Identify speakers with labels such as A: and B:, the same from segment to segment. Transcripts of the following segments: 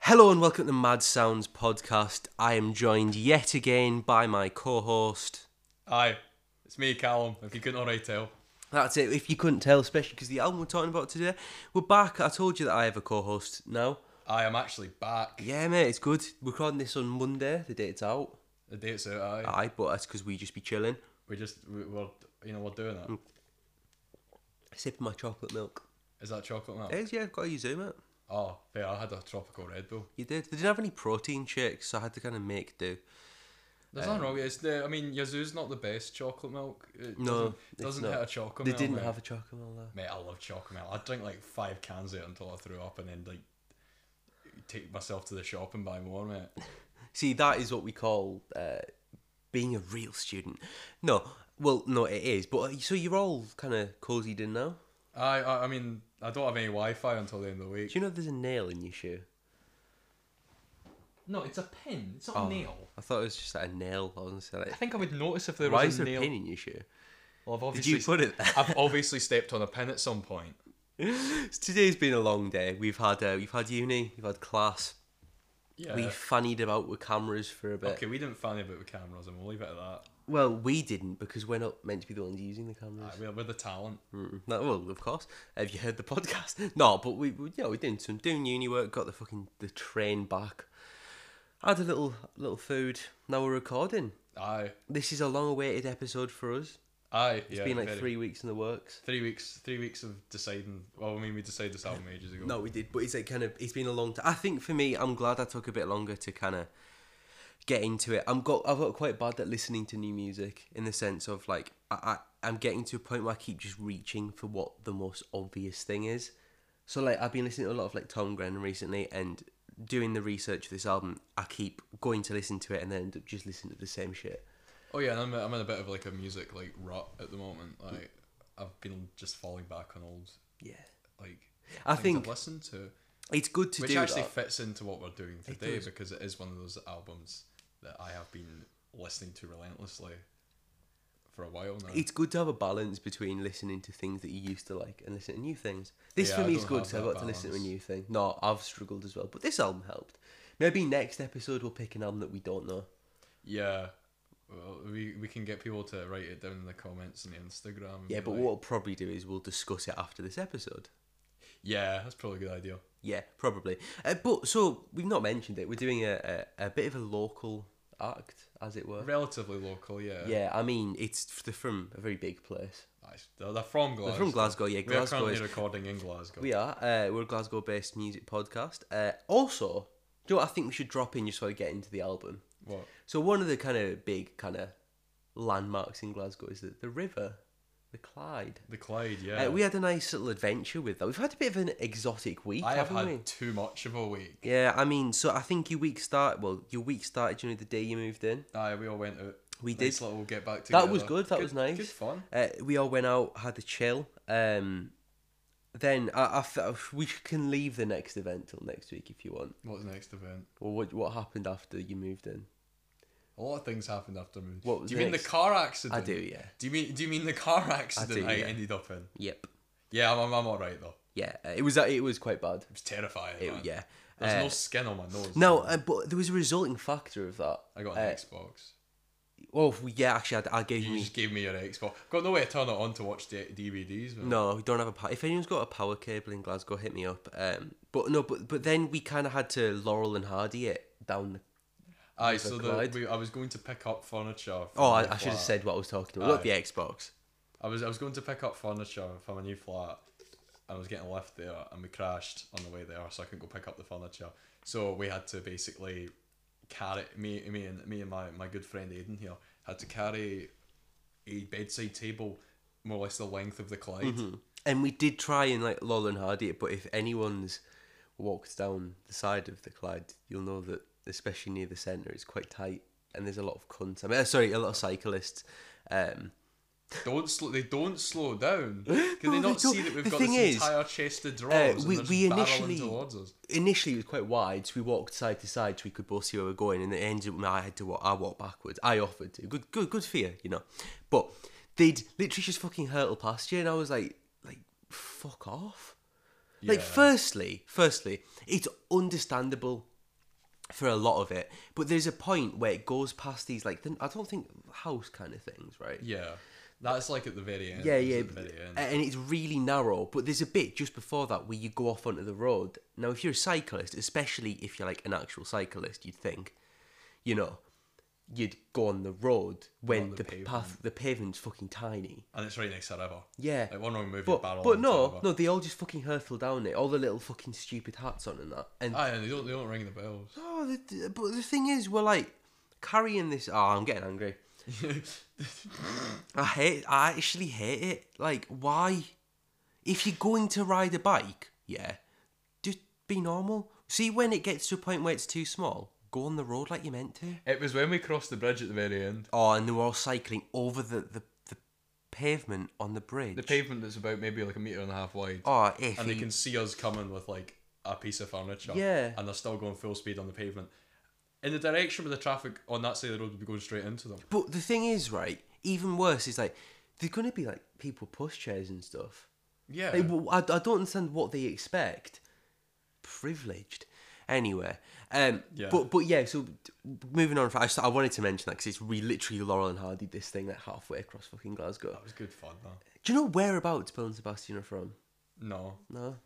A: Hello and welcome to Mad Sounds podcast. I am joined yet again by my co-host.
B: Aye, it's me, Callum. If you couldn't already tell,
A: That's it. If you couldn't tell, especially because the album we're talking about today, we're back. I told you that I have a co-host now.
B: I am actually back.
A: Yeah, mate, it's good. We're recording this on Monday, the day it's out.
B: The date's out. Aye,
A: Aye, but that's because we just be chilling,
B: we just we, we're you know we're doing
A: Mm.
B: that. Is
A: sipping my chocolate milk.
B: that chocolate milk?
A: It is, yeah, gotta use it, mate.
B: Oh, fair. I had a tropical Red Bull.
A: You did. They didn't have any protein shakes, so I had to kind of make do.
B: There's nothing wrong. with it. It's the. I mean, Yazoo's not the best chocolate milk. It
A: Um, No,
B: doesn't,
A: it's
B: doesn't
A: not.
B: hit a chocolate.
A: They
B: milk,
A: didn't
B: Oh, mate.
A: have a chocolate milk. there.
B: Mate, I love chocolate milk. I drink like five cans of it until I threw up, and then like take myself to the shop and buy more, mate.
A: See, that is what we call uh, being a real student. No, well, no, it is. But uh, so you're all kind of cozied in now.
B: I, I I mean, I don't have any Wi-Fi until the end of the
A: Do
B: week.
A: you know there's a nail in your shoe?
B: No, it's a pin. It's not
A: Oh. I thought it was just like a nail. Honestly, like,
B: think I would notice if there
A: why is there a pin in your shoe?
B: Well, I've
A: Did
B: obviously
A: you put it there?
B: I've obviously stepped on a pin at some point.
A: Today's been a long day. We've had uh, we've had uni, we've had class.
B: Yeah.
A: We fannied about with cameras for a bit.
B: okay, we didn't fanny about the cameras, and we'll leave it at that.
A: Well, we didn't because we're not meant to be the ones using the cameras.
B: Aye, we're, we're the talent.
A: Mm, no, well, of course. Have you heard the podcast? No, but we, we yeah, we did some doing uni work. Got the fucking the train back. Had a little little food. Now we're recording.
B: Aye,
A: This is a long awaited episode for us.
B: aye.
A: It's
B: yeah,
A: been like
B: very-
A: three weeks in the works.
B: three weeks. Three weeks of deciding. Well, I mean, we decided this album ages ago.
A: No, we did, but it's like kind of it's been a long time. I think for me, I'm glad I took a bit longer to kind of get into it. I'm got I've got quite bad at listening to new music in the sense of like I, I I'm getting to a point where I keep just reaching for what the most obvious thing is. So like I've been listening to a lot of like Tom Grennan recently and doing the research for this album. I keep going to listen to it and then end up just listening to the same shit.
B: Oh yeah, and I'm I'm in a bit of like a music like rut at the moment. Like I've been just falling back on old
A: Yeah,
B: like
A: I
B: things
A: think-
B: I've listened to,
A: it's good to
B: which
A: do
B: actually
A: that.
B: fits into what we're doing today
A: does.
B: because it is one of those albums that I have been listening to relentlessly for a while now.
A: it's good to have a balance between listening to things that you used to like and listening to new things. This
B: Yeah,
A: for
B: I
A: me is
B: don't
A: good
B: have
A: because I
B: that
A: got to listen to a
B: balance.
A: new thing. No, I've struggled as well, but this album helped. Maybe next episode we'll pick an album that we don't know.
B: Yeah. Well, we, we can get people to write it down in the comments on the Instagram. and
A: Yeah,
B: be
A: but
B: like-
A: what we'll probably do is we'll discuss it after this episode.
B: Yeah, that's probably a good idea.
A: Yeah, probably. Uh, but so we've not mentioned it. We're doing a, a, a bit of a local act, as it were.
B: Relatively local, yeah.
A: Yeah, I mean it's f- they're from a very big place.
B: Nice. They're, they're from Glasgow.
A: They're from Glasgow. Yeah,
B: We are
A: Glasgow
B: currently
A: is
B: recording in Glasgow.
A: We are. Uh, we're a Glasgow based music podcast. Uh, also, do you know what I think we should drop in just so we get into the album?
B: What?
A: So, one of the kind of big kind of landmarks in Glasgow is the, the river, the Clyde.
B: The Clyde, yeah.
A: Uh, we had a nice little adventure with that. We've had a bit of an exotic week,
B: I have
A: haven't
B: had
A: we?
B: too much of a week.
A: Yeah, I mean, so I think your week started, well, your week started during the day you moved in.
B: Aye, we all went out.
A: We
B: Nice
A: did.
B: little get back together.
A: That was good, that was nice.
B: Good fun.
A: Uh, we all went out, had a chill. Um, then I, I f- we can leave the next event till next week if you want.
B: What's the next event?
A: Or what, what happened after you moved in?
B: A lot of things happened after me.
A: What was
B: do you
A: the
B: mean
A: next-
B: the car accident?
A: I do, yeah.
B: Do you mean do you mean the car accident I,
A: do, yeah.
B: ended up in?
A: Yep.
B: Yeah, I'm, I'm, I'm alright though.
A: Yeah, uh, it was uh, it was quite bad.
B: It was terrifying.
A: It,
B: man.
A: yeah.
B: There's
A: Uh,
B: no skin on my nose.
A: no, uh, but there was a resulting factor of that.
B: I got
A: uh,
B: an Xbox.
A: Well, if we- yeah, actually, I, I gave
B: You
A: me.
B: just gave me your Xbox. Got no way to turn it on to watch D- DVDs. Man.
A: No, we don't have a. power. If anyone's got a power cable in Glasgow, hit me up. Um, but no, but but then we kind of had to Laurel and Hardy it down. The,
B: Aye, so the,
A: Clyde.
B: we, I was going to pick up furniture. from
A: oh,
B: my
A: I, I should have
B: flat.
A: said what I was talking about. Not the Xbox.
B: I was I was going to pick up furniture from a new flat. I was getting left there, and we crashed on the way there, so I couldn't go pick up the furniture. So we had to basically carry me, me and me and my, my good friend Aidan here had to carry a bedside table more or less the length of the Clyde.
A: And we did try and like Laurel and Hardy it, but if anyone's walked down the side of the Clyde, you'll know that especially near the centre, it's quite tight, and there's a lot of cunts. I mean, uh, sorry, a lot of cyclists. Um,
B: Don't slow. They don't slow down. Can
A: No, they
B: they not
A: don't.
B: see that we've
A: The
B: got
A: thing is,
B: this entire chest of drawers
A: we-
B: and
A: we
B: uh, we
A: initially-
B: initially towards us?
A: initially it was quite wide, so we walked side to side so we could both see where we were going. And it ended up, I had to walk. I walked backwards. I offered to. Good, good, good for you, you know. But they'd literally just fucking hurtle past you, and I was like, like, fuck off. Like,
B: Yeah.
A: firstly, firstly, it's understandable for a lot of it. But there's a point where it goes past these like the, I don't think house kind of things, right?
B: Yeah, that's like at the very end.
A: Yeah,
B: it's
A: yeah.
B: at the very end.
A: And it's really narrow, but there's a bit just before that where you go off onto the road. Now, if you're a cyclist, especially if you're like an actual cyclist, you'd think, you know, you'd go on the road when
B: the
A: the,
B: pavement.
A: path, the pavement's fucking tiny.
B: And it's right next to a river.
A: Yeah.
B: Like one wrong move, you
A: but
B: barrel.
A: but
B: into a
A: no,
B: river.
A: no, they all just fucking hurtle down it. All the little fucking stupid hats on and that. And
B: Aye, and they don't they don't ring the bells.
A: oh, the- the, but the thing is, we're like carrying this. Oh, I'm getting angry. I hate. I actually hate it. Like, why? If you're going to ride a bike, yeah, just be normal. See, when it gets to a point where it's too small, go on the road like you meant to.
B: It was when we crossed the bridge at the very end.
A: Oh, and they were all cycling over the the, the pavement on the bridge.
B: The pavement that's about maybe like a meter and a half wide,
A: Oh, if
B: and they
A: you-
B: can see us coming with like a piece of furniture.
A: Yeah.
B: and they're still going full speed on the pavement. In the direction where the traffic on that side of the road would be going straight into them.
A: But the thing is, right? Even worse is like they're gonna be like people push chairs and stuff.
B: Yeah,
A: Like, w- I, I don't understand what they expect. Privileged. Anyway, um,
B: Yeah.
A: but but yeah. So t- moving on, I, just, I wanted to mention that because it's we literally Laurel and Hardy this thing like halfway across fucking Glasgow.
B: that was good fun though.
A: Do you know whereabouts Bill and Sebastian are from?
B: No,
A: No.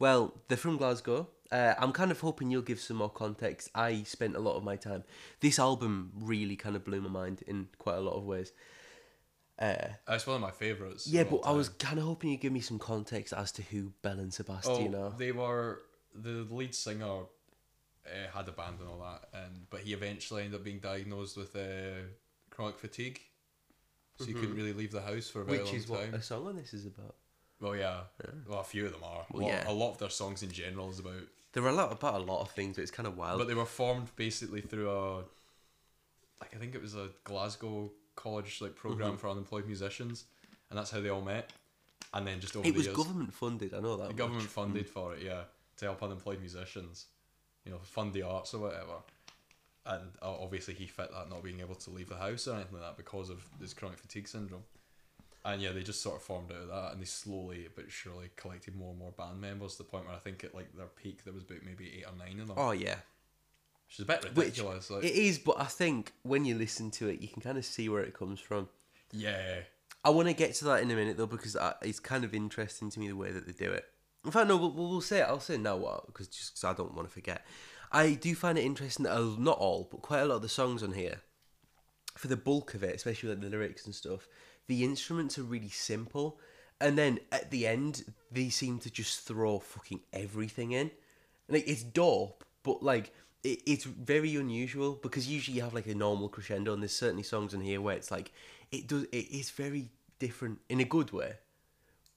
A: Well, they're from Glasgow. Uh, I'm kind of hoping you'll give some more context. I spent a lot of my time. This album really kind of blew my mind in quite a lot of ways. Uh,
B: that's one of my favorites.
A: yeah, but I was kind of hoping you'd give me some context as to who Bell and
B: Oh,
A: Sebastian are.
B: they were the lead singer uh, had a band and all that, and but he eventually ended up being diagnosed with uh, chronic fatigue, so he couldn't really leave the house for a very
A: Mm-hmm. Which
B: long
A: is what
B: time.
A: a song on this is about.
B: Well, yeah, well, a few of them are.
A: Well,
B: a, lot,
A: yeah.
B: a lot of their songs in general is about,
A: There are a lot about a lot of things, but it's kind of wild.
B: but they were formed basically through a, like I think it was a Glasgow college like
A: Mm-hmm.
B: program for unemployed musicians, and that's how they all met, and then just over
A: it
B: the
A: was
B: years,
A: government funded. I know that.
B: the
A: much.
B: government funded for it, yeah, to help unemployed musicians, you know, fund the arts or whatever. And uh, obviously, he fit that not being able to leave the house or anything like that because of his chronic fatigue syndrome. And yeah, they just sort of formed out of that, and they slowly but surely collected more and more band members to the point where I think at like their peak there was about maybe eight or nine of them,
A: Oh yeah,
B: which is a bit
A: which
B: ridiculous. like,
A: it is. But I think when you listen to it, you can kind of see where it comes from.
B: yeah,
A: I want to get to that in a minute though, because I, it's kind of interesting to me the way that they do it. In fact, no, we'll, we'll we'll say it. I'll say it now what because just 'cause I don't want to forget. I do find it interesting that uh, not all, but quite a lot of the songs on here, for the bulk of it, especially like the lyrics and stuff, the instruments are really simple, and then at the end they seem to just throw fucking everything in. Like it's dope, but like it, it's very unusual because usually you have like a normal crescendo, and there's certainly songs in here where it's like it does it is very different in a good way.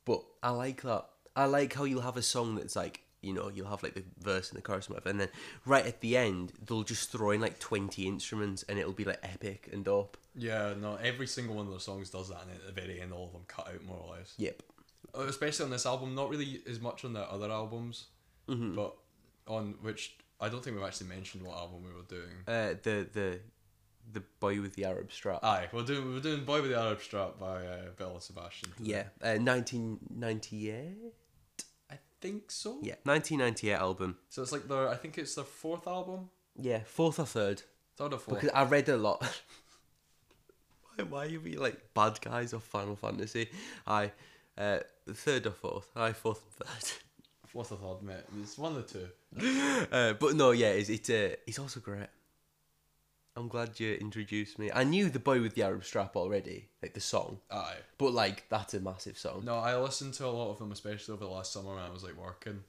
A: But I like that. I like how you'll have a song that's like, you know, you'll have like the verse and the chorus and whatever, and then right at the end, they'll just throw in like 20 instruments and it'll be like epic and dope.
B: yeah. No, every single one of their songs does that, and at the very end, all of them cut out more or less.
A: Yep.
B: Oh, especially on this album, not really as much on the other albums,
A: Mm-hmm.
B: but on which I don't think we've actually mentioned what album we were doing.
A: Uh, the, the, the boy with the Arab strap.
B: Aye, we're doing we're doing "Boy with the Arab Strap" by uh, Bill and Sebastian.
A: yeah. Uh, 1998?
B: I think so.
A: Yeah. 1998 album.
B: So it's like their I think it's their fourth album,
A: Yeah. Fourth or third.
B: third or fourth.
A: Because I read a lot. why, why you be like bad guys or Final Fantasy? I, uh, third or fourth? I fourth and third.
B: fourth or third, mate. It's one of the two.
A: Uh, but no, yeah, it's it's, uh, it's also great. I'm glad you introduced me. I knew the boy with the Arab strap already, like the song,
B: Aye.
A: but like that's a massive song.
B: No, I listened to a lot of them, especially over the last summer when I was like working.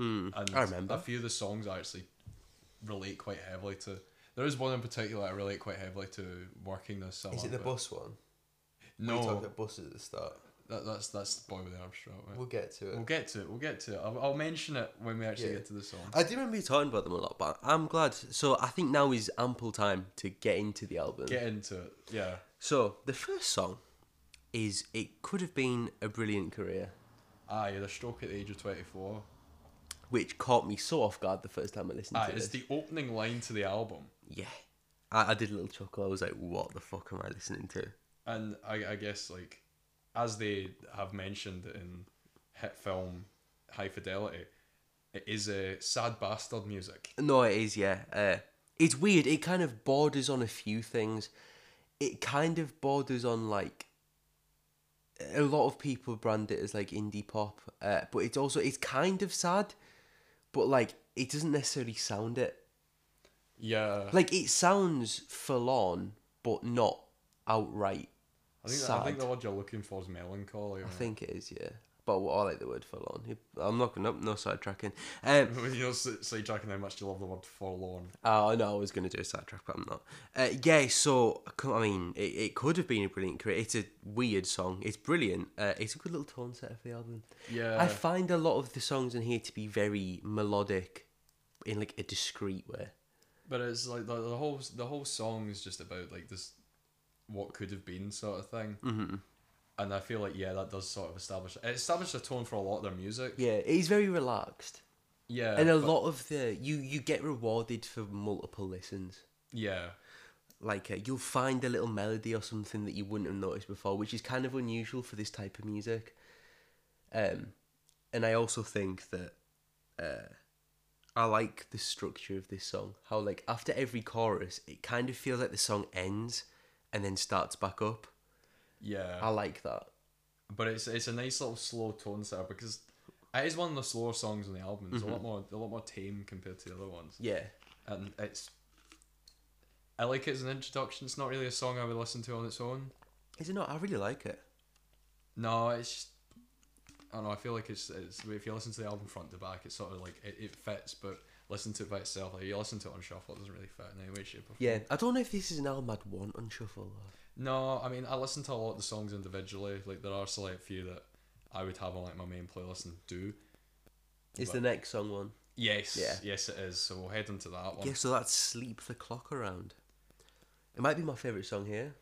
A: Mm,
B: And
A: I remember.
B: a few of the songs I actually relate quite heavily to. There is one in particular I relate quite heavily to working this summer. but-
A: bus one?
B: No,
A: bus at the start.
B: That, that's that's the boy with the arm strap. Right?
A: We'll get to
B: We'll get to it. We'll get to it. I'll, I'll mention it when we actually
A: Yeah.
B: get to the song.
A: I do remember you talking about them a lot, but I'm glad. So I think now is ample time to get into the album.
B: Get into it. Yeah.
A: So the first song is "It Could Have Been a Brilliant Career,"
B: Aye, you had a stroke at the age of twenty four.
A: which caught me so off guard the first time I listened
B: Aye,
A: to
B: it's
A: this.
B: the opening line to the album,
A: Yeah, I, I did a little chuckle. I was like, "What the fuck am I listening to?"
B: and I, I guess like as they have mentioned in hit film High Fidelity, It is a sad bastard music.
A: No, it is. Yeah, uh, it's weird. It kind of borders on a few things. It kind of borders on like a lot of people brand it as like indie pop, uh, but it's also it's kind of sad, but like it doesn't necessarily sound it.
B: Yeah.
A: Like it sounds forlorn, but not outright.
B: I think, I
A: sad.
B: think the word you're looking for is melancholy. or-
A: I think it is. Yeah, but I like the word forlorn. I'm not gonna no sidetracking. Um,
B: When you know, s- sidetracking how much you love the word forlorn.
A: Oh no, I was going to do a sidetrack, but I'm not. Uh, yeah, so c- I mean, it, it could have been a brilliant career. It's a weird song. It's brilliant. Uh, it's a good little tone setter for the album.
B: Yeah.
A: I find a lot of the songs in here to be very melodic, in like a discreet way.
B: But it's like the, the whole the whole song is just about like this, what could have been sort of thing. Mm-hmm. And I feel like yeah, that does sort of establish it established a tone for a lot of their music.
A: Yeah, it's very relaxed,
B: Yeah,
A: and a
B: but-
A: lot of the you you get rewarded for multiple listens.
B: Yeah,
A: Like uh, you'll find a little melody or something that you wouldn't have noticed before, which is kind of unusual for this type of music. Um, and I also think that uh, I like the structure of this song. How like after every chorus, it kind of feels like the song ends and then starts back up.
B: yeah.
A: I like that.
B: but it's it's a nice little slow tone setter because it is one of the slower songs on the album. It's a lot more a lot more tame compared to the other ones,
A: Yeah,
B: and it's. I like it as an introduction. It's not really a song I would listen to on its own.
A: is it not? I really like it.
B: No, it's. Just, I don't know. I feel like it's, it's. If you listen to the album front to back, it's sort of like it, it fits, but listen to it by itself. Like you listen to it on shuffle, it doesn't really fit in any way, shape, or form.
A: Yeah, I don't know if this is an album I'd want on shuffle. Though.
B: No, I mean I listen to a lot of the songs individually. Like there are select few that I would have on like my main playlist and do.
A: Is the next song one?
B: Yes.
A: Yeah.
B: Yes, it is. So we'll head into that one.
A: Yeah, so that's sleep the clock around. It might be my favorite song here.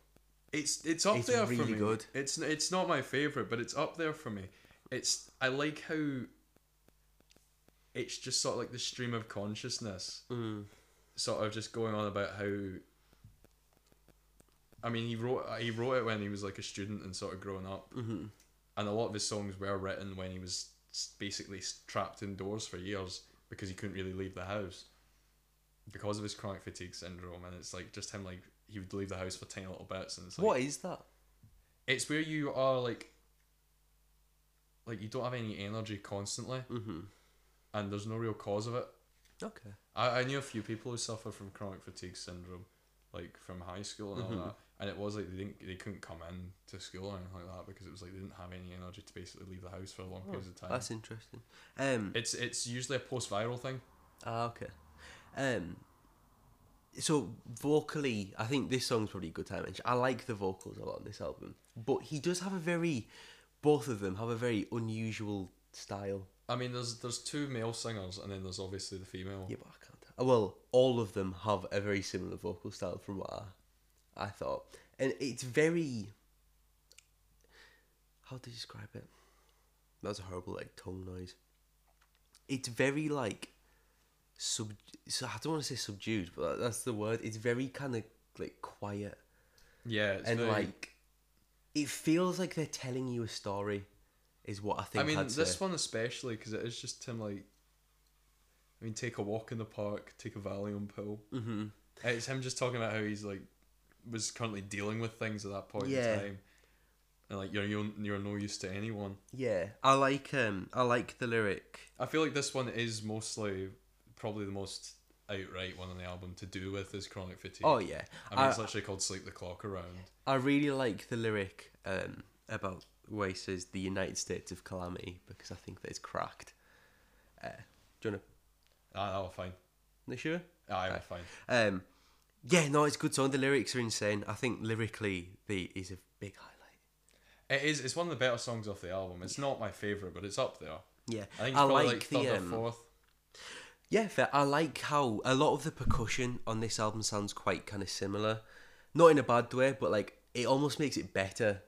B: It's it's up
A: It's
B: there for
A: really
B: me.
A: good.
B: It's it's not my favorite, but it's up there for me. It's I like how it's just sort of like the stream of consciousness,
A: Mm.
B: sort of just going on about how. I mean, he wrote he wrote it when he was like a student and sort of growing up, mm-hmm. and a lot of his songs were written when he was s- basically s- trapped indoors for years because he couldn't really leave the house because of his chronic fatigue syndrome, and it's like just him like he would leave the house for tiny little bits, and it's like
A: what is that?
B: it's where you are like like you don't have any energy constantly
A: Mm-hmm.
B: and there's no real cause of it
A: Okay.
B: i, I knew a few people who suffer from chronic fatigue syndrome like from high school and all that and it was like they didn't they couldn't come in to school or anything like that because it was like they didn't have any energy to basically leave the house for long periods of time
A: Oh, That's interesting. Um.
B: it's it's usually a post-viral thing
A: ah, okay. Um. So vocally, I think this song's probably a good time. I like the vocals a lot on this album, but he does have a very, both of them have a very unusual style.
B: i mean there's there's two male singers and then there's obviously the female
A: Yeah, but I can't. Tell. Well, all of them have a very similar vocal style from what I, I thought, and it's very. How to describe it? That was a horrible like tongue noise. It's very like, sub. So I don't want to say subdued, but that- that's the word. It's very kind of like quiet
B: yeah it's
A: and
B: very-
A: like, it feels like they're telling you a story, is what I think.
B: I mean,
A: I'd
B: this
A: say.
B: one especially because it is just him like. I mean, take a walk in the park, take a Valium pill. Mm-hmm. It's him just talking about how he's like was currently dealing with things at that point
A: Yeah.
B: in time, and like you're you're you're no use to anyone.
A: Yeah, I like um, I like the lyric.
B: I feel like this one is mostly probably the most outright one on the album to do with his chronic fatigue.
A: Oh yeah,
B: I mean, it's literally called "Sleep the Clock Around."
A: I really like the lyric um, about where he says the United States of Calamity because I think that it's cracked. Uh, do you want
B: Ah, that was fine.
A: to? Sure.
B: Ah, that was fine.
A: Um, yeah, no, it's a good song. The lyrics are insane. I think lyrically, the is a big highlight.
B: It is. It's one of the better songs off the album. It's not my favorite, but it's up there.
A: Yeah,
B: I think it's probably like, third or
A: um,
B: fourth.
A: Yeah, fair. I like how a lot of the percussion on this album sounds quite kind of similar. Not in a bad way, but like it almost makes it better.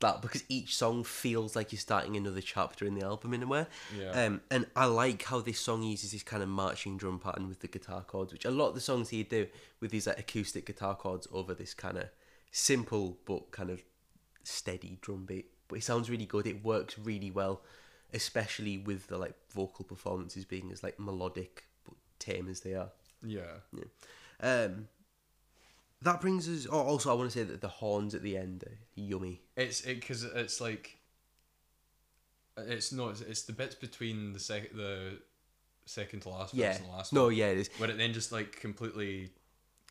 A: That because each song feels like you're starting another chapter in the album in a way.
B: Yeah.
A: Um, and I like how this song uses this kind of marching drum pattern with the guitar chords, which a lot of the songs here do with these like acoustic guitar chords over this kind of simple but kind of steady drum beat. But it sounds really good. It works really well. especially with the like vocal performances being as like melodic but tame as they are.
B: Yeah.
A: Um, that brings us. Oh, also, I want to say that the horns at the end are yummy.
B: It's it because it's like. It's no, it's, it's the bits between the sec the second to last verse
A: Yeah.
B: and the last
A: No,
B: one,
A: yeah, it is.
B: where it then just like completely,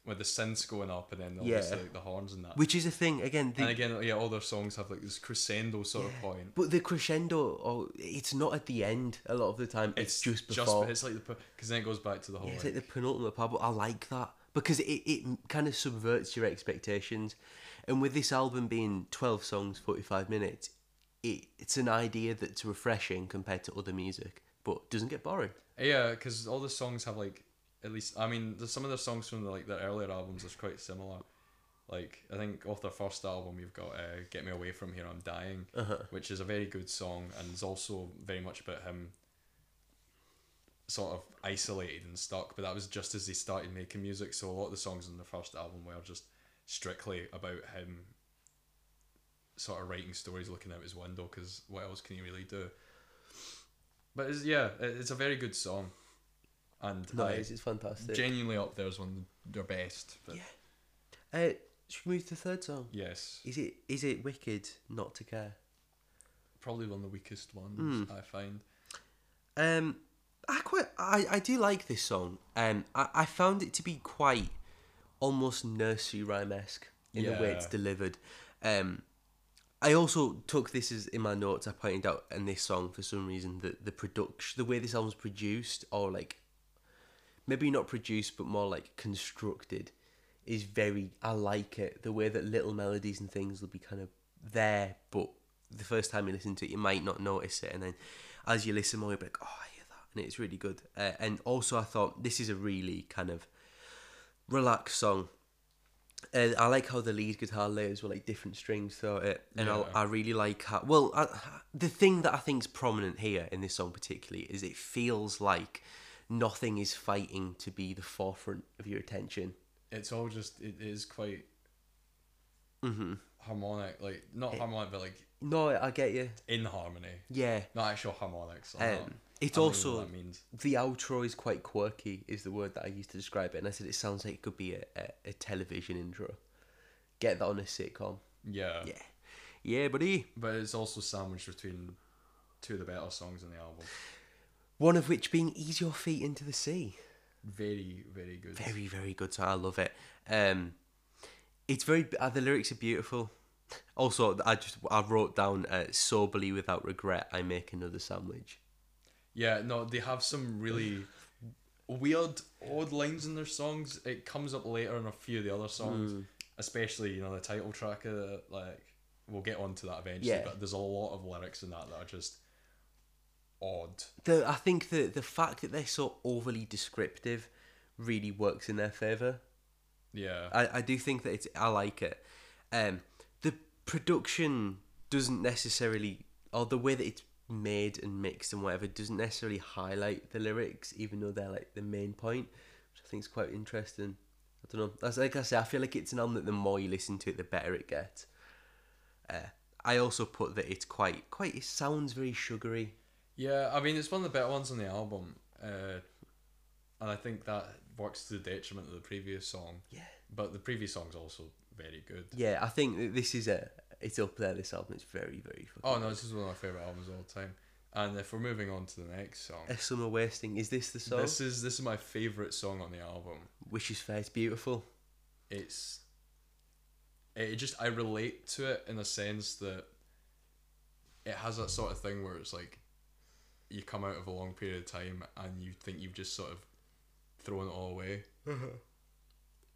B: where the synths going up and then
A: Yeah.
B: obviously like the horns and that.
A: Which is a thing again. The,
B: and again, yeah, all their songs have like this crescendo sort of point.
A: but the crescendo, oh, it's not at the end a lot of the time. It's, just before.
B: it's like the because then it goes back to the whole.
A: Yeah, it's
B: like-
A: like the penultimate part, but I like that because it, it kind of subverts your expectations. And with this album being 12 songs, 45 minutes, it, it's an idea that's refreshing compared to other music, but doesn't get boring.
B: Yeah, because all the songs have like at least I mean, there's some of the songs from like their earlier albums is quite similar. Like I think off their first album, you've got uh, "Get Me Away From Here, I'm Dying," which is a very good song, and is also very much about him sort of isolated and stuck. But that was just as he started making music, so a lot of the songs on the first album were just strictly about him sort of writing stories, looking out his window, because what else can he really do? But it's, yeah, it- it's a very good song, and
A: No,
B: I-
A: it's, it's fantastic.
B: genuinely up there is one of their best. But
A: Yeah. uh, should we move to the third song?
B: yes,
A: Is it is it wicked not to care?
B: probably one of the weakest ones
A: Hmm.
B: I find.
A: Um, I quite I, I do like this song. Um, I, I found it to be quite almost nursery rhyme esque in the way it's
B: Yeah.
A: delivered. Um, I also took this as in my notes. I pointed out in this song for some reason that the production, the way this album's produced, or like maybe not produced but more like constructed, is very. I like it the way that little melodies and things will be kind of there, but the first time you listen to it, you might not notice it, and then as you listen more, you'll be like, oh, I hear that, and it's really good. Uh, and also, I thought this is a really kind of relaxed song. Uh, I like how the lead guitar layers were like different strings throughout it, and
B: Yeah.
A: I, I really like how. Well, I, the thing that I think is prominent here in this song particularly is it feels like nothing is fighting to be the forefront of your attention.
B: It's all just it is quite
A: Mm-hmm.
B: harmonic, like not harmonic, but like
A: No, I get you.
B: in harmony,
A: Yeah,
B: not actual harmonics. I'm not-
A: um, it's
B: Oh, I don't even
A: also
B: know what that means.
A: the outro is quite quirky is the word that i used to describe it and i said it sounds like it could be a, a, a television intro get that on a sitcom
B: Yeah.
A: yeah yeah buddy
B: but it's also sandwiched between two of the better songs on the album.
A: one of which being ease your feet into the sea
B: Very, very good.
A: very very good song i love it um it's very uh, the lyrics are beautiful also i just i wrote down uh, soberly without regret i make another sandwich
B: Yeah, no, they have some really weird, odd lines in their songs. It comes up later in a few of the other songs, especially you know the title track. Of it, like we'll get onto that eventually,
A: Yeah.
B: but there's a lot of lyrics in that that are just odd.
A: the I think the the fact that they're so overly descriptive really works in their favor.
B: Yeah,
A: I, I do think that it's I like it. Um, the production doesn't necessarily, or the way that it's made and mixed and whatever, doesn't necessarily highlight the lyrics, even though they're like the main point, which I think is quite interesting. I don't know. That's like I say, I feel like it's an album that the more you listen to it, the better it gets. Uh, I also put that it's quite quite. It sounds very sugary.
B: yeah. I mean, it's one of the better ones on the album, uh, and I think that works to the detriment of the previous song.
A: Yeah.
B: But the previous song's also very good.
A: Yeah, I think that this is a. It's up there. This album. It's very very. fucking
B: Oh no, this is one of my favorite albums of all time. And if we're moving on to the next song.
A: A summer wasting. Is this the song?
B: This is this is my favorite song on the album.
A: Which is fair. It's beautiful.
B: It's it just I relate to it in a sense that it has that sort of thing where it's like you come out of a long period of time and you think you've just sort of thrown it all away.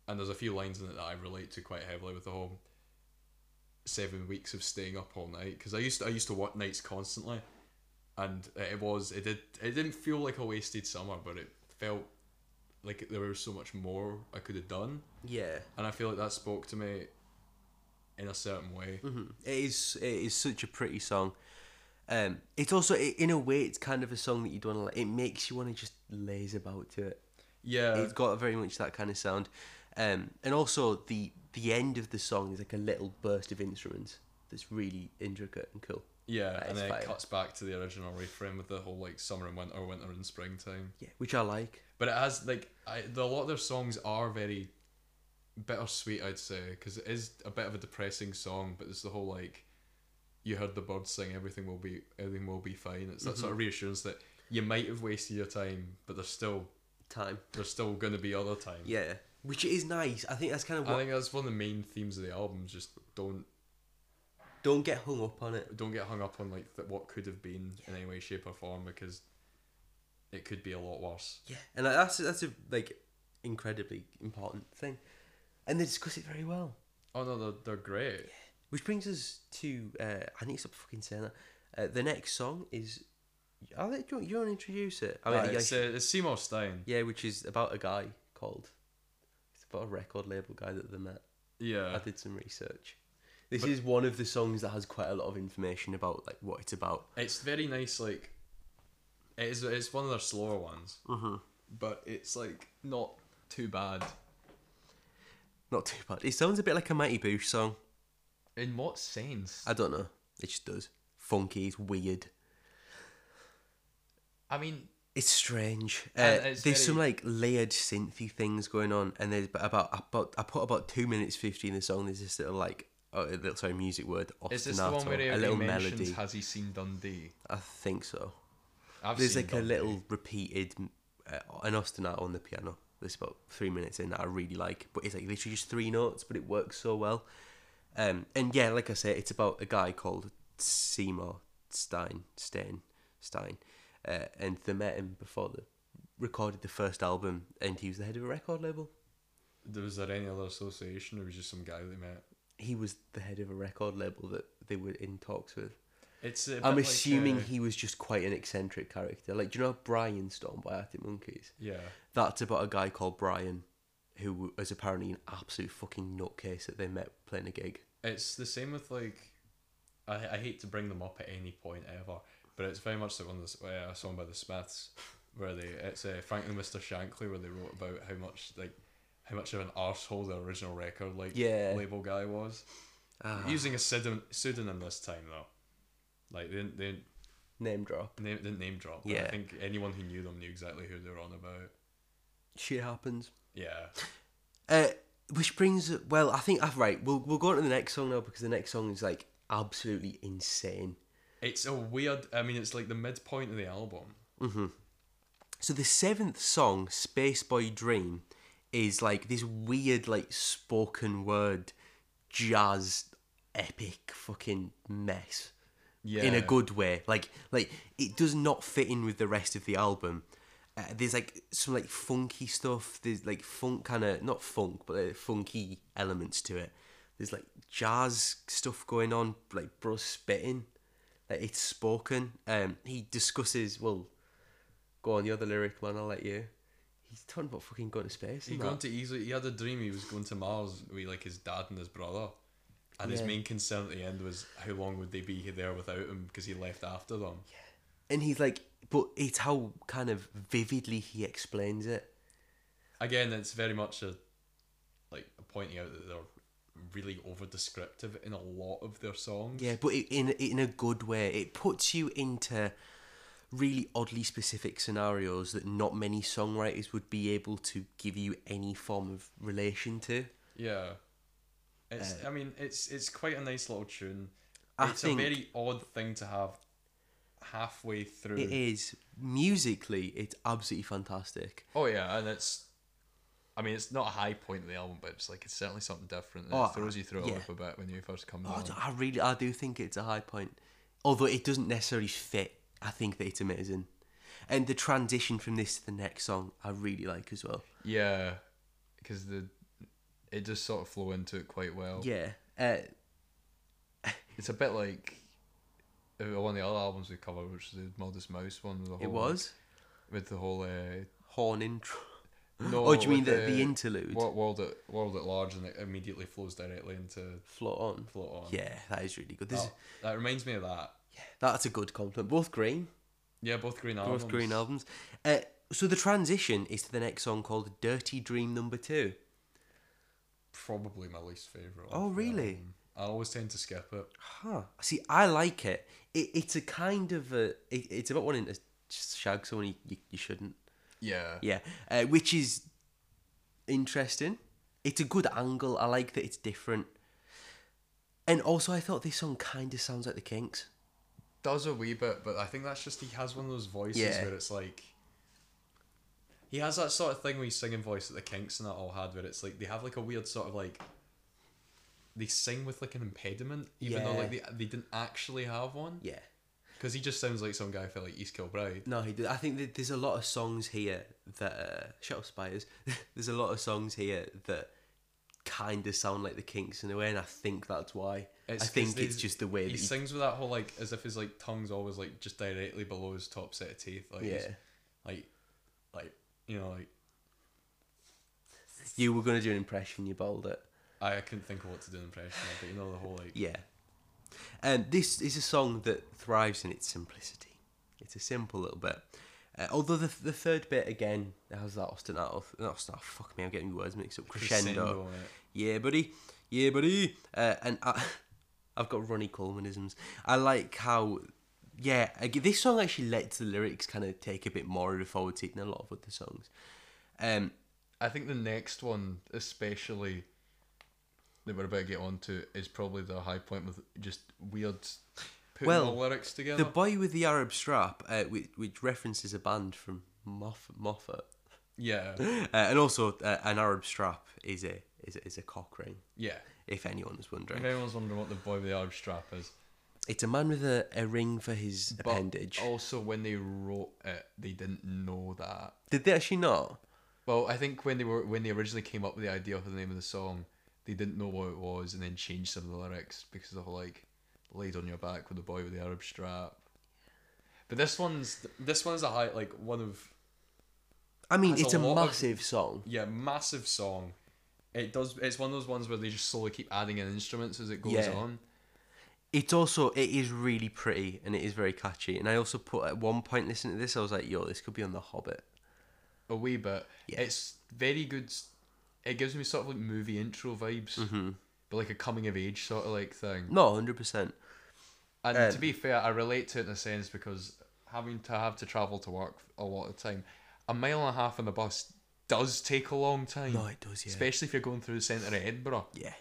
B: and there's a few lines in it that I relate to quite heavily with the whole seven weeks of staying up all night because I used to, I used to work nights constantly, and it was it did it didn't feel like a wasted summer, but it felt like there was so much more I could have done,
A: Yeah.
B: and I feel like that spoke to me in a certain way.
A: Mhm. It is. It is such a pretty song. Um, it's also i- in a way it's kind of a song that you'd want to. like It makes you want to just laze about to it.
B: Yeah,
A: It's got very much that kind of sound, um, and also the the end of the song is like a little burst of instruments that's really intricate and cool.
B: Yeah,
A: That
B: and
A: is
B: then it
A: fine.
B: cuts back to the original reframe with the whole like summer and winter, winter and springtime.
A: Yeah, which I like.
B: But it has like I, the, a lot of their songs are very bittersweet, I'd say, because it is a bit of a depressing song. But it's the whole like you heard the birds sing, everything will be everything will be fine. It's that
A: Mm-hmm.
B: sort of reassurance that you might have wasted your time, but there's still
A: Time.
B: there's still gonna be other time.
A: Yeah, which is nice. I think that's kind of
B: I
A: what.
B: think that's one of the main themes of the album. Just don't
A: Don't get hung up on it.
B: don't get hung up on like th- what could have been in any way, shape, or form because it could be a lot worse.
A: Yeah, and like, that's that's a like incredibly important thing, and they discuss it very well.
B: Oh no, they're, they're great.
A: Which brings us to uh, I need to stop fucking saying that. Uh, the next song is. I'll let you, you want to introduce it. I mean,
B: Right,
A: I- I
B: it's, uh, it's Seymour Stein.
A: Yeah, which is about a guy called. It's about a record label guy that they met. I
B: Yeah,
A: did some research. This is one of the songs that has quite a lot of information about like what it's about.
B: it's very nice. Like, it is. It's one of their slower ones, mm-hmm. but it's like not too bad.
A: Not too bad. It sounds a bit like a Mighty Boosh song.
B: In what sense?
A: I don't know. It just does. Funky. It's weird.
B: I mean,
A: It's strange. Uh,
B: And
A: there's
B: it's
A: some
B: very-
A: like layered synthy things going on, and there's b- about about I put about two minutes fifty in the song. There's this little like oh, little, sorry music word
B: is this the one
A: ostinato,
B: where he
A: a little
B: mentions
A: melody.
B: has he seen Dundee?
A: I think so.
B: I've
A: There's
B: seen
A: like a
B: Dundee.
A: little repeated uh, an ostinato on the piano. There's about three minutes in that I really like, but it's like literally just three notes, but it works so well. Um, and yeah, like I say, it's about a guy called Seymour Stein, Stein, Stein, uh, and they met him before they recorded the first album, and he was the head of a record label.
B: There was there any other association? Or was just some guy they met.
A: He was the head of a record label that they were in talks with.
B: It's. i
A: I'm
B: uh,
A: assuming he was just quite an eccentric character. Like, do you know Brian Storm by Arctic Monkeys?
B: Yeah.
A: That's about a guy called Brian, who was apparently an absolute fucking nutcase that they met playing a gig.
B: It's the same with like, I, I hate to bring them up at any point ever, but it's very much like one of the, uh, a song by the Smiths, where they it's uh, frankly Mr. Shankly where they wrote about how much like how much of an arsehole the original record like
A: Yeah.
B: label guy was,
A: Ah,
B: using a pseudonym, pseudonym this time though, like they didn't, they didn't
A: name drop.
B: name, didn't name drop. and
A: Yeah.
B: I think anyone who knew them knew exactly who they were on about.
A: Shit happens.
B: Yeah,
A: Uh, which brings well, I think I've right. We'll we'll go on to the next song now because the next song is like absolutely insane.
B: it's a weird. I mean, it's like the midpoint of the album.
A: So the seventh song, Space Boy Dream, is like this weird like spoken word jazz epic fucking mess.
B: Yeah,
A: in a good way. Like like it does not fit in with the rest of the album. Uh, there's like some like funky stuff. There's like funk kind of not funk, but uh, funky elements to it. There's like jazz stuff going on, like bro spitting. Like it's spoken. Um, he discusses. Well, go on the other lyric one. I'll let you. He's talking about fucking going to space.
B: He
A: and
B: going
A: that.
B: to easily. He had a dream he was going to Mars with like his dad and his brother, and his
A: Yeah.
B: main concern at the end was how long would they be there without him because he left after them.
A: and he's like, but it's how kind of vividly he explains it.
B: Again, it's very much a like pointing out that they're really over descriptive in a lot of their songs.
A: Yeah, but it, in in a good way, it puts you into really oddly specific scenarios that not many songwriters would be able to give you any form of relation to.
B: Yeah. It's. I mean, it's it's quite a nice little tune.
A: Uh, I
B: it's
A: think-
B: a very odd thing to have halfway through.
A: It is musically, it's absolutely fantastic.
B: Oh yeah, and it's. I mean, it's not a high point of the album, but it's like it's certainly something different. And
A: Oh,
B: it throws you through a
A: yeah. Oh,
B: loop a bit when you first come
A: I,
B: on.
A: d- I really, I do think it's a high point, although it doesn't necessarily fit. I think that it's amazing, and the transition from this to the next song, I really like as well.
B: Yeah, because the it just sort of flow into it quite well.
A: Yeah, uh,
B: It's a bit like uh, one of the other albums we covered, which is the Modest Mouse one. With the whole,
A: it was
B: with the whole. Uh,
A: horn intro.
B: no,
A: oh, do you mean
B: with
A: the, the interlude?
B: Wo- World at World at Large, and it immediately flows directly into
A: Float on.
B: Float On. Oh.
A: Yeah, that is really good. This is,
B: That, that reminds me of that.
A: that's a good compliment. Both green,
B: Yeah, both Green
A: both
B: Albums.
A: green albums. Uh, so the transition is to the next song called "Dirty Dream" number two.
B: Probably my least favorite.
A: Oh, really?
B: I always tend to skip it.
A: Huh. See, I like it. it it's a kind of a. It, it's about wanting to shag someone you, you, you shouldn't.
B: Yeah.
A: Yeah, uh, which is interesting. It's a good angle. I like that it's different. And also, I thought this song kind of sounds like the Kinks.
B: Does a wee bit, but I think that's just he has one of those voices
A: Yeah.
B: where it's like he has that sort of thing where he's singing voice that the Kinks and that all had, where it's like they have like a weird sort of like they sing with like an impediment, even though like they, they didn't actually have one,
A: Yeah.
B: because he just sounds like some guy from like East Kilbride.
A: No, he did. I think that there's a lot of songs here that uh, shut up, spiders. there's a lot of songs here that kind of sound like the Kinks in a way, and I think that's why. I
B: 'cause
A: think
B: they-
A: it's just the way
B: he
A: that you-
B: sings with that whole like as if his like tongue's always like just directly below his top set of teeth, like he's-
A: Yeah.
B: like like you know like
A: you were gonna do an impression. You bowled it.
B: I, I couldn't think of what to do an impression of, but you know the whole like
A: Yeah. And this is a song that thrives in its simplicity. It's a simple little bit. Uh, although the, the third bit again has that ostinato, not ostinato. Fuck me, I'm getting words mixed up. crescendo.
B: on it.
A: Yeah, buddy. Yeah, buddy. Uh, and I, I've got Ronnie Colemanisms. I like how, yeah, ag- this song actually lets the lyrics kind of take a bit more of a forward take than a lot of other songs. Um,
B: I think the next one, especially that we're about to get onto, is probably the high point with just weird putting
A: Well,
B: the lyrics together.
A: the boy with the Arab strap, uh, which, which references a band from Moff- Moffat,
B: yeah,
A: uh, and also uh, an Arab strap is a is a, is a cock ring.
B: yeah.
A: If anyone was
B: If
A: wondering,
B: anyone's wondering what the boy with the Arab strap is,
A: it's a man with a, a ring for his
B: but oh.
A: appendage.
B: Also, when they wrote it, they didn't know that.
A: Did they actually not?
B: Well, I think when they were when they originally came up with the idea for the name of the song, they didn't know what it was, and then changed some of the lyrics because of like "laid on your back with the boy with the Arab strap." But this one's this one's a high like one of
A: I mean,
B: That's
A: it's
B: a
A: a,
B: lot of-
A: massive song.
B: yeah massive song. It does. It's one of those ones where they just slowly keep adding in instruments as it goes
A: Yeah.
B: on.
A: it's also it is really pretty and it is very catchy and i also put at one point listening to this i was like yo this could be on the hobbit
B: A wee bit.
A: Yeah.
B: It's very good. s- It gives me sort of like movie intro vibes,
A: Mm-hmm.
B: but like a coming of age sort of like thing.
A: no 100%
B: And
A: Um,
B: to be fair, I relate to it in a sense because having to have to travel to work a lot of time, a mile and a half on the bus does take a long time.
A: no it does yeah
B: Especially if you're going through the centre of Edinburgh.
A: yeah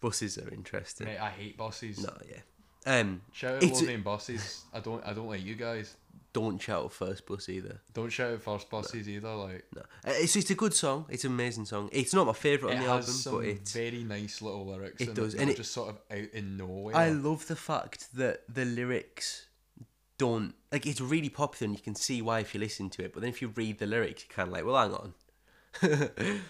A: buses are interesting
B: Mate, I hate buses.
A: no yeah um
B: Shout out
A: It's-
B: low name buses. I don't I don't like you guys.
A: don't shout first bus either
B: Don't shout out first buses either, like
A: no Uh, it's, it's a good song it's an amazing song it's not my favorite
B: it
A: on
B: has
A: the album
B: some
A: but it's
B: very nice little lyrics
A: it
B: in
A: does,
B: that
A: and
B: are
A: it-
B: just sort of out in nowhere.
A: i love the fact that the lyrics don't like it's really popular and you can see why if you listen to it but then if you read the lyrics you're kind of like well hang on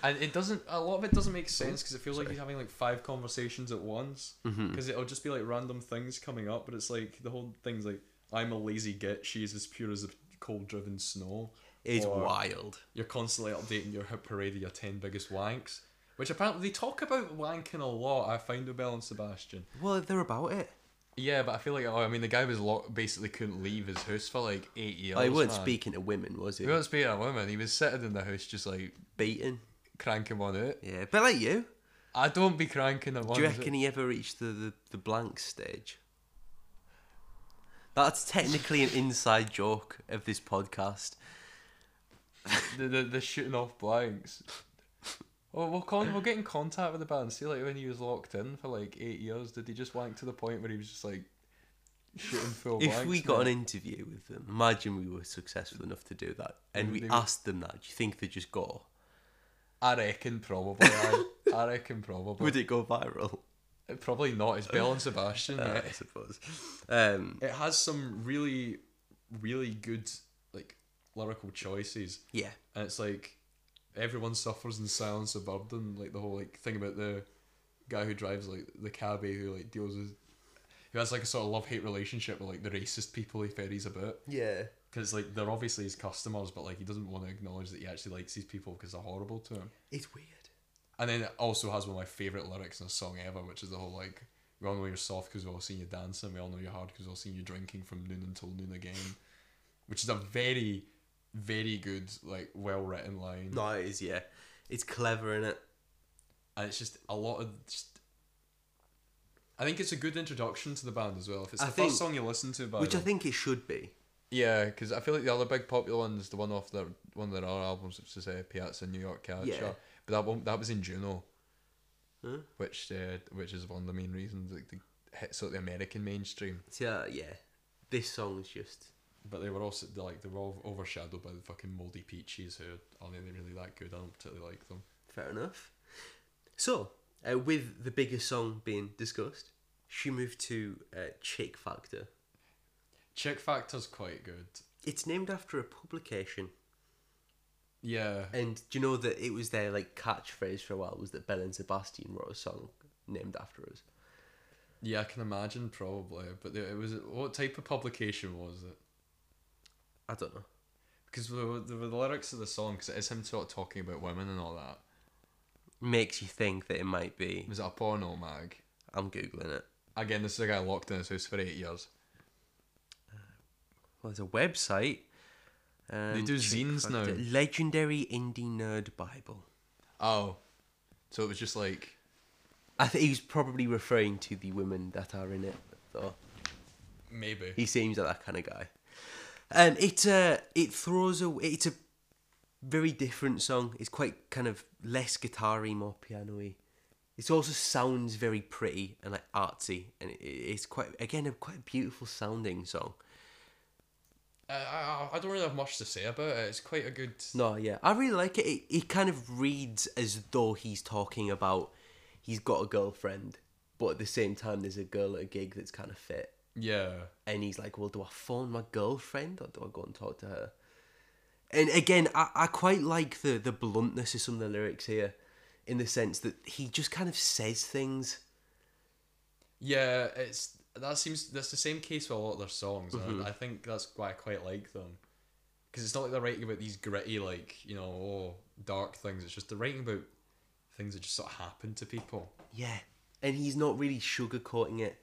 B: and it doesn't a lot of it doesn't make sense because it feels like he's having like five conversations at once because
A: Mm-hmm.
B: it'll just be like random things coming up but it's like the whole thing's like i'm a lazy git she's as pure as a cold driven snow
A: it's
B: or
A: wild
B: you're constantly updating your hit parade of your 10 biggest wanks which apparently they talk about wanking a lot i find with bell and sebastian
A: well they're about it
B: yeah but i feel like oh i mean the guy was locked basically couldn't leave his house for like eight years
A: Oh, he wasn't
B: man.
A: speaking to women, was he?
B: he wasn't speaking to a woman he was sitting in the house just like
A: Beaten.
B: cranking one out
A: Yeah, but like you,
B: i don't be cranking the one
A: do you reckon he ever reached the, the, the blank stage? That's technically an inside joke of this podcast.
B: the, the, the shooting off blanks. Well, we'll, con- we'll get in contact with the band. See, like when he was locked in for like eight years, did he just wank to the point where he was just like shooting full blanks?
A: if we got an
B: man?
A: interview with them, imagine we were successful enough to do that, and we
B: They would-
A: asked them that, do you think they'd just go?
B: I reckon probably. I, I reckon probably.
A: Would it go viral?
B: Probably not. It's Bell and Sebastian.
A: Uh,
B: mate.
A: I suppose. Um,
B: It has some really, really good like lyrical choices.
A: yeah.
B: and it's like everyone suffers in silence of burden like the whole like thing about the guy who drives like the cabbie who like deals with who has like a sort of love hate relationship with like the racist people he ferries about
A: Yeah.
B: because like they're obviously his customers but like he doesn't want to acknowledge that he actually likes these people because they're horrible to him
A: It's weird.
B: and then it also has one of my favorite lyrics in a song ever which is the whole like we all know you're soft because we've all seen you dancing we all know you're hard because we've all seen you drinking from noon until noon again which is a very very good like well written line
A: No, it is, yeah. It's clever, in it?
B: and it's just a lot of just I think it's a good introduction to the band as well. If it's
A: I
B: the
A: think-
B: first song you listen to, by
A: which I
B: them.
A: think it should be.
B: yeah, because I feel like the other big popular one is the one off their one of their other albums, which is uh, Piazza New York Caricia.
A: Yeah.
B: But that one that was in Juno,
A: Huh?
B: which uh, which is one of the main reasons like the hit sort of the American mainstream.
A: So uh, yeah, this song's just
B: But they were also they're like they were all overshadowed by the fucking Moldy Peaches, who aren't really really that good. I don't particularly like them.
A: fair enough. So uh, with the biggest song being discussed, she moved to uh, Chick Factor.
B: Chick Factor's quite good.
A: It's named after a publication,
B: Yeah,
A: and do you know that it was their like catchphrase for a while was that Bell and Sebastian wrote a song named after us.
B: yeah, I can imagine probably. But there- it was what type of publication was it?
A: I don't know.
B: Because the, the, the lyrics of the song, because it is him sort of talking about women and all that.
A: Makes you think that it might be.
B: Was it a porno mag?
A: I'm googling it.
B: Again, this is a guy locked in his house for eight years.
A: Well, there's a website. Um,
B: do
A: Chick
B: zines now.
A: Factor. Legendary indie nerd Bible.
B: Oh, so it was just like
A: I think he was probably referring to the women that are in it, though.
B: maybe.
A: He seems like that kind of guy. Um, it uh, it throws a it's a very different song. It's quite kind of less guitar-y, more piano-y. It also sounds very pretty and like artsy, and it, it's quite again a quite beautiful sounding song.
B: I, I I don't really have much to say about it. It's quite a good.
A: No, yeah, I really like it. It, it kind of reads as though he's talking about he's got a girlfriend, but at the same time there's a girl at a gig that's kind of fit.
B: Yeah,
A: and he's like, "Well, do I phone my girlfriend or do I go and talk to her?" And again, I, I quite like the the bluntness of some of the lyrics here, in the sense that he just kind of says things.
B: yeah. It's that seems that's the same case with a lot of their songs. and I-
A: Mm-hmm.
B: I, think that's why I quite like them, because it's not like they're writing about these gritty, like you know, oh, dark things. It's just they're writing about things that just sort of happen to people.
A: Yeah, and he's not really sugarcoating it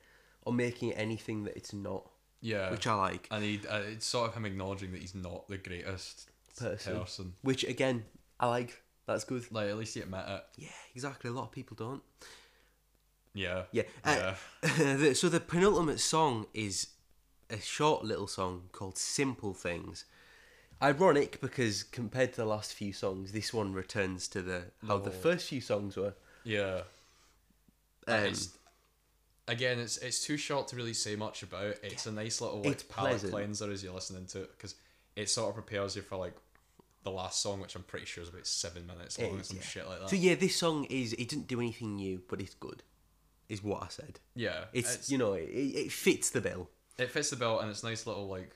A: or making it anything that it's not,
B: Yeah,
A: which I like.
B: and he uh, it's sort of him acknowledging that he's not the greatest
A: Person.
B: person.
A: Which again, I like. That's good.
B: Like at least he admit it.
A: Yeah, exactly. A lot of people don't.
B: Yeah.
A: Yeah. Uh,
B: yeah.
A: the- so the penultimate song is a short little song called Simple Things. Ironic because compared to the last few songs, this one returns to the how the
B: Level.
A: first few songs were.
B: Yeah.
A: Um,
B: It's- again, it's it's too short to really say much about. It's a nice little like
A: It's
B: palate
A: pleasant.
B: cleanser as you're listening to it because it sort of prepares you for like the last song, which I'm pretty sure is about seven minutes long or
A: is,
B: some
A: yeah.
B: shit like that.
A: so yeah, this song is it didn't do anything new, but it's good. Is what I said.
B: yeah,
A: It's,
B: it's-
A: you know it, it fits the bill.
B: it fits the bill and it's a nice little like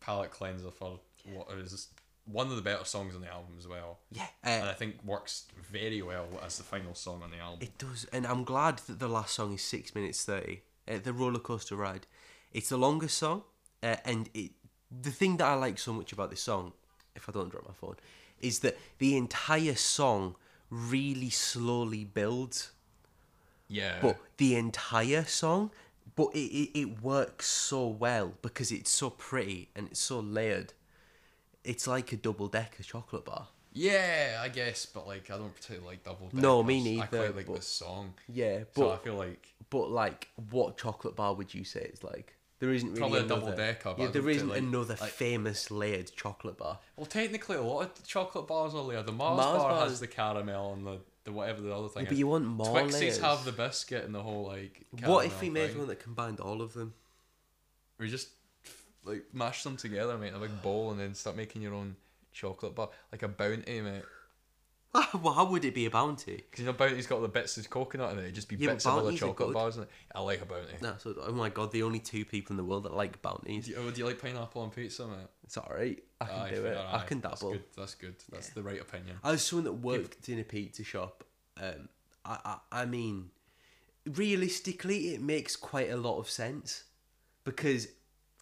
B: palate cleanser for what is one of the better songs on the album as well.
A: Yeah,
B: And
A: uh,
B: I think works very well as the final song on the album.
A: it does, and I'm glad that the last song is six minutes thirty. Uh, the roller coaster ride. It's the longest song, uh, and it the thing that I like so much about this song, if I don't drop my phone, is that the entire song really slowly builds.
B: yeah,
A: But the entire song, but it, it, it works so well because it's so pretty and it's so layered. It's like a double decker chocolate bar.
B: yeah, I guess. But like, I don't particularly like double.
A: No, me
B: Deckers. I
A: neither,
B: quite like
A: but-
B: this song.
A: Yeah, but
B: So I feel like
A: But like, what chocolate bar would you say it's like? There isn't really
B: Probably a
A: another,
B: double-decker, but
A: Yeah,
B: I
A: there
B: would say,
A: isn't
B: like-
A: another
B: like-
A: famous layered chocolate bar.
B: Well, technically, a lot of chocolate bars are layered. The Mars,
A: Mars
B: bar
A: bars-
B: has the caramel and the, the whatever the other thing.
A: but
B: is.
A: you want more
B: Twixies
A: layers.
B: have the biscuit and the whole like.
A: what if we
B: caramel
A: made
B: thing.
A: one that combined all of them?
B: We just like mash them together, mate, in a big bowl, and then start making your own chocolate bar, like a bounty, mate.
A: well, how would it be a bounty?
B: Because you know bounty's got the bits of coconut in it. It'd just be
A: Yeah, but
B: bits of other
A: bounties are
B: chocolate
A: good.
B: bars in it. I like a bounty.
A: No, so oh my god, the only two people in the world that like bounties.
B: Do you, oh, do you like pineapple on pizza, mate?
A: It's alright, I can
B: Aye,
A: do
B: fair,
A: it. I
B: aye.
A: can
B: That's
A: dabble.
B: good. That's good. That's the right opinion.
A: I was someone that worked in a pizza shop. Um, I, I, I mean, realistically, it makes quite a lot of sense because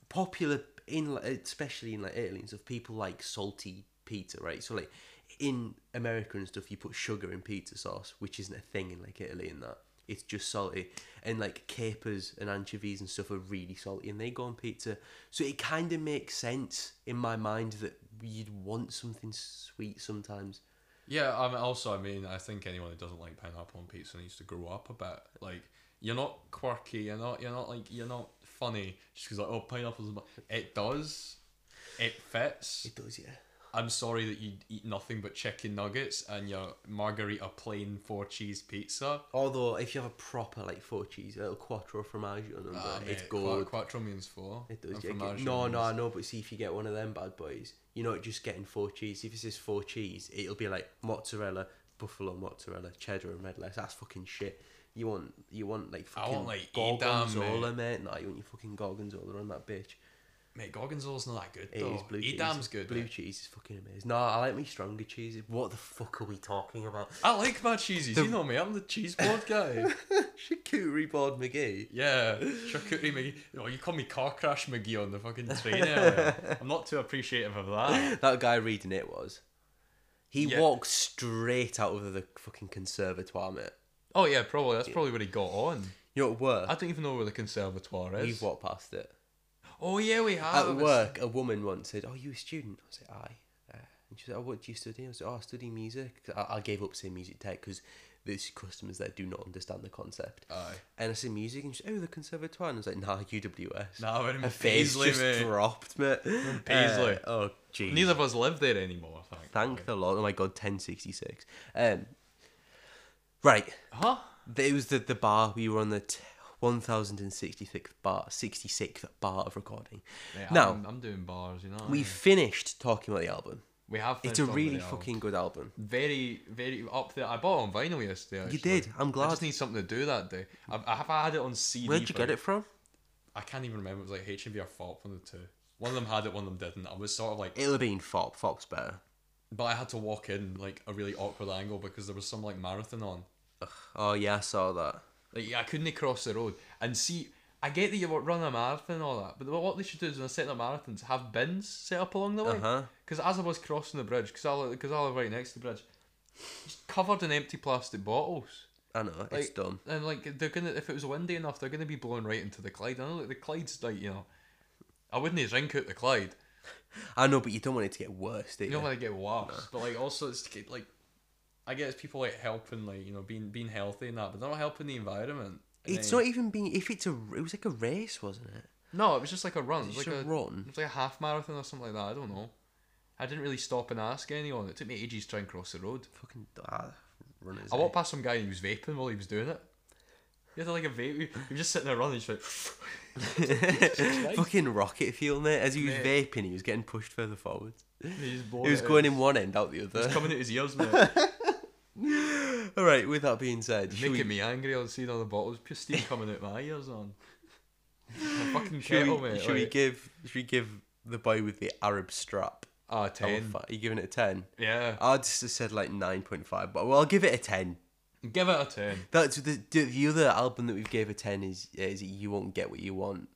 A: popular in like, especially in like Italy and stuff, people like salty pizza, right? So like in America and stuff, you put sugar in pizza sauce, which isn't a thing in like Italy and that. It's just salty, and like capers and anchovies and stuff are really salty, and they go on pizza. So it kind of makes sense in my mind that you'd want something sweet sometimes.
B: Yeah, I mean, also, I mean, I think anyone who doesn't like pineapple on pizza needs to grow up a bit. Like, You're not quirky. You're not. You're not like. You're not funny. Just because like oh pineapples. and bu-" It does. It fits.
A: It does, yeah.
B: I'm sorry that you eat nothing but chicken nuggets and your margarita plain four cheese pizza.
A: Although if you have a proper like four cheese, a little quattro formaggio number,
B: Ah,
A: it's
B: mate,
A: good.
B: Qua- Quattro means four.
A: It
B: and
A: does. Yeah,
B: fromage
A: no,
B: means-
A: no, I know. But see, if you get one of them bad boys, you're not just getting four cheese. If it says four cheese, it'll be like mozzarella, buffalo mozzarella, cheddar, and red lettuce. That's fucking shit. You want, you want like
B: I
A: fucking
B: want, like, Edam, mate.
A: gorgonzola, mate. No, you want your fucking gorgonzola on that bitch.
B: Mate, gorgonzola's not that good
A: It is
B: though.
A: blue cheese.
B: Edam's good.
A: Blue
B: mate.
A: cheese is fucking amazing. No, I like me stronger cheeses. What the fuck are we talking about?
B: I like my cheeses. You know me. I'm the cheese board guy.
A: Charcuterie board McGee.
B: Yeah, charcuterie McGee. Oh, you call me car crash McGee on the fucking train earlier. I'm not too appreciative of that.
A: That guy reading it was. He
B: Yeah.
A: walked straight out of the fucking conservatoire, mate.
B: Oh yeah, probably that's probably where he got on.
A: You know, at work,
B: I don't even know where the conservatoire is.
A: we've walked past it.
B: Oh yeah, we have.
A: at
B: It's-
A: work, a woman once said, "Oh, you a student?" I said, "Aye." Uh, and she said, "Oh, what do you study?" I said, "Oh, I study music." 'Cause I, I gave up saying music tech because there's customers that do not understand the concept.
B: Aye.
A: And I said music, and she said, "Oh, the conservatoire." And I was like, "Nah, UWS."
B: Nah, we're in
A: Her face
B: Paisley,
A: just
B: mate.
A: dropped, mate.
B: Paisley.
A: Uh, oh, jeez.
B: Neither of us live there anymore. Thank.
A: Thank the Lord. Oh my God, 1066. Um, right.
B: Huh?
A: It was the, the bar. We were on the t- 1066th bar, 66th bar of recording.
B: Mate,
A: Now-
B: I'm, I'm doing bars. You know. what I
A: We
B: mean?
A: finished talking about the album.
B: we have.
A: It's
B: finished
A: a
B: on
A: really
B: video.
A: fucking good album.
B: very very up there. I bought it on vinyl yesterday.
A: You
B: actually.
A: did. I'm
B: I
A: glad.
B: just need something to do that day. I, I have had it on CD.
A: Where'd you
B: for-
A: get it from?
B: I can't even remember. It was like HMV or FOP, one of the two. One of them had it, one of them didn't. I was sort of like,
A: It'll have been Fop. Fop's better.
B: but I had to walk in like a really awkward angle because there was some like marathon on.
A: Oh yeah, I saw that.
B: Like I couldn't cross the road. And see, I get that you wa- run a marathon and all that, but what they should do is when they set up marathons, have bins set up along the way.
A: Uh-huh.
B: Because as I was crossing the bridge, because I li- because I live right next to the bridge, just covered in empty plastic bottles.
A: I know it's
B: Like,
A: dumb.
B: And like they're gonna, if it was windy enough, they're gonna be blown right into the Clyde. I know like, the Clyde's like you know, I wouldn't even drink out the Clyde.
A: I know, but you don't want it to get worse, do you?
B: You don't want to get worse, but like also it's get- like, I guess people like helping like you know being being healthy and that, but they're not helping the environment. And
A: it's
B: then-
A: not even being. If it's a, it was like a race, wasn't it?
B: No, it was just like a run. It was
A: Just
B: like a,
A: a run?
B: It was like a half marathon or something like that. I don't know. I didn't really stop and ask anyone. It took me ages to try and cross the road.
A: Fucking ah, runners.
B: I
A: eh?
B: walked past some guy and he was vaping while he was doing it. He had like a vape. He was just sitting there running. He's like,
A: Fucking rocket fuel, mate. As he was
B: Mate.
A: vaping, he was getting pushed further forward.
B: he's
A: He was going in one end, out the
B: It was
A: other.
B: coming out his ears, man.
A: All right. With that being said, should
B: Making
A: we,
B: me angry on seeing all the bottles. Pure steam coming out my ears on. My fucking
A: should,
B: kettle,
A: we,
B: mate.
A: should we
B: like-
A: give should we give the boy with the Arab strap?
B: Ah,
A: Oh,
B: 10.
A: fuck, Are you giving it a ten?
B: Yeah.
A: I just said like nine point five, but well, I'll give it a ten.
B: Give it a 10.
A: That's the the, the other album that we've gave a ten is is you won't get what you want.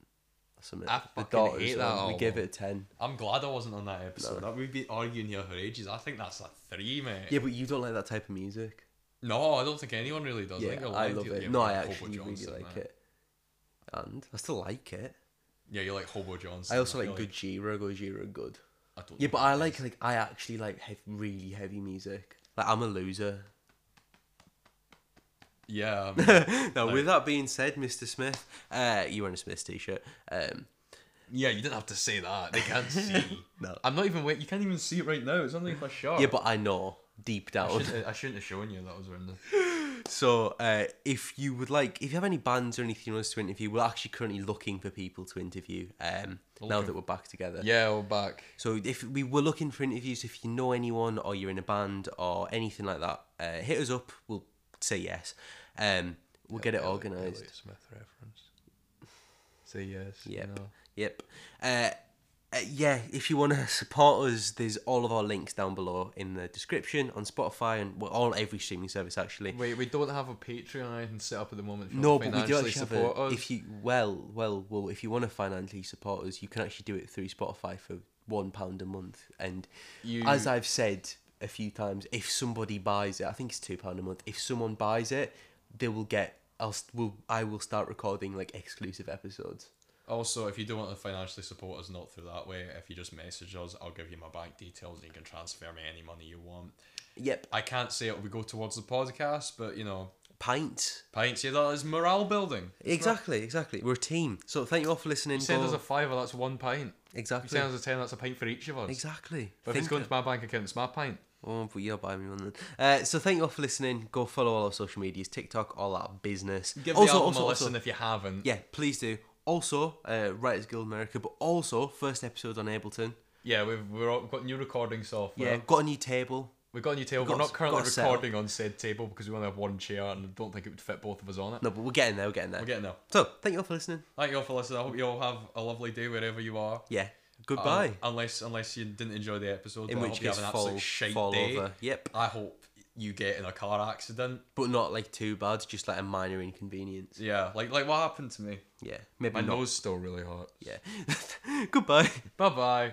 A: Or something.
B: I
A: the
B: fucking
A: Daughters
B: hate that
A: album, We gave it
B: album.
A: a ten.
B: I'm glad I wasn't on that episode. That We'd be arguing here for ages. I think that's a 3, mate.
A: Yeah, but you don't like that type of music.
B: No, I don't think anyone really does. I,
A: Yeah,
B: think I,
A: I "Oh,
B: lied to
A: love
B: you.
A: it.
B: Yeah,
A: No,
B: but
A: I
B: Hobo
A: actually really
B: Johnson,
A: like
B: man.
A: it. And I still like it.
B: Yeah, you like Hobo Johnson.
A: I also
B: feel
A: like Gojira. Gojira good.
B: I don't
A: Yeah,
B: know
A: but
B: who
A: I
B: that
A: like
B: is.
A: like I actually like hev- really heavy music. Like I'm a loser.
B: Yeah, um, I mean,
A: now, with that being said, Mr. Smith, uh, you wearing a Smith's t-shirt? Um,
B: yeah. You didn't have to say that. They can't see.
A: No.
B: I'm not even. Wait, you can't even see it right now. It's underneath my shirt.
A: yeah, but Oh. I know deep
B: I
A: down.
B: shouldn't, I shouldn't have shown you that was around the.
A: So, uh, if you would like, if you have any bands or anything you want us to interview, we're actually currently looking for people to interview. Um, now that we're back together.
B: Yeah, we're back.
A: So if we were looking for interviews, if you know anyone or you're in a band or anything like that, uh, hit us up. We'll say yes. Um, we'll get it organised.
B: Elliot Smith reference. Say yes.
A: Yep.
B: no.
A: Yep. Uh, uh, yeah, if you want to support us, there's all of our links down below in the description on Spotify and well, all every streaming service actually.
B: Wait, we don't have a Patreon or anything set up at the moment. If you
A: No,
B: want to
A: but we do
B: financially
A: actually
B: support
A: have a,
B: us.
A: if you well, well, well, if you want to financially support us, you can actually do it through Spotify for one pound a month. And
B: You-
A: as I've said a few times, if somebody buys it, I think it's two pound a month. If someone buys it, they will get. I'll st- will I will start recording like exclusive episodes.
B: Also, if you don't want to financially support us, not through that way. If you just message us, I'll give you my bank details and you can transfer me any money you want.
A: Yep,
B: I can't say it will go towards the podcast, but you know,
A: pints.
B: Pints, yeah, that is morale building.
A: Exactly, exactly. We're a team. So thank you all for listening.
B: You send
A: Go-
B: us a fiver, that's one pint. You
A: exactly.
B: send us a ten, that's a pint for each of us.
A: Exactly.
B: But if it's
A: Think
B: going to my bank account, it's my pint.
A: Oh, but you'll buy me one then. Uh, so thank you all for listening. Go follow all our social medias, TikTok, all that business.
B: Give also, the album a listen if you haven't.
A: yeah, please do. Also, uh, Writers Guild America, but also first episode on Ableton.
B: Yeah, we've we're all, got new recording software.
A: Yeah, got a new table.
B: We've got a new table.
A: Got
B: We're
A: a-
B: not currently
A: got a setup.
B: recording on said table because we only have one chair and I don't think it would fit both of us on it.
A: No, but we're getting there. We're getting there.
B: We're getting there.
A: so thank you all for listening.
B: Thank you all for listening. I hope you all have a lovely day wherever you are.
A: Yeah. Goodbye.
B: Um, unless unless you didn't enjoy the episode,
A: In
B: then I
A: which
B: hope you have
A: case,
B: an absolute
A: fall,
B: shite
A: fall
B: day.
A: over. Yep.
B: I hope you get in a car accident.
A: But not like too bad. Just like a minor inconvenience.
B: Yeah, like like what happened to me.
A: Yeah. Maybe
B: My
A: not.
B: nose still really hot.
A: Yeah. Goodbye.
B: Bye bye.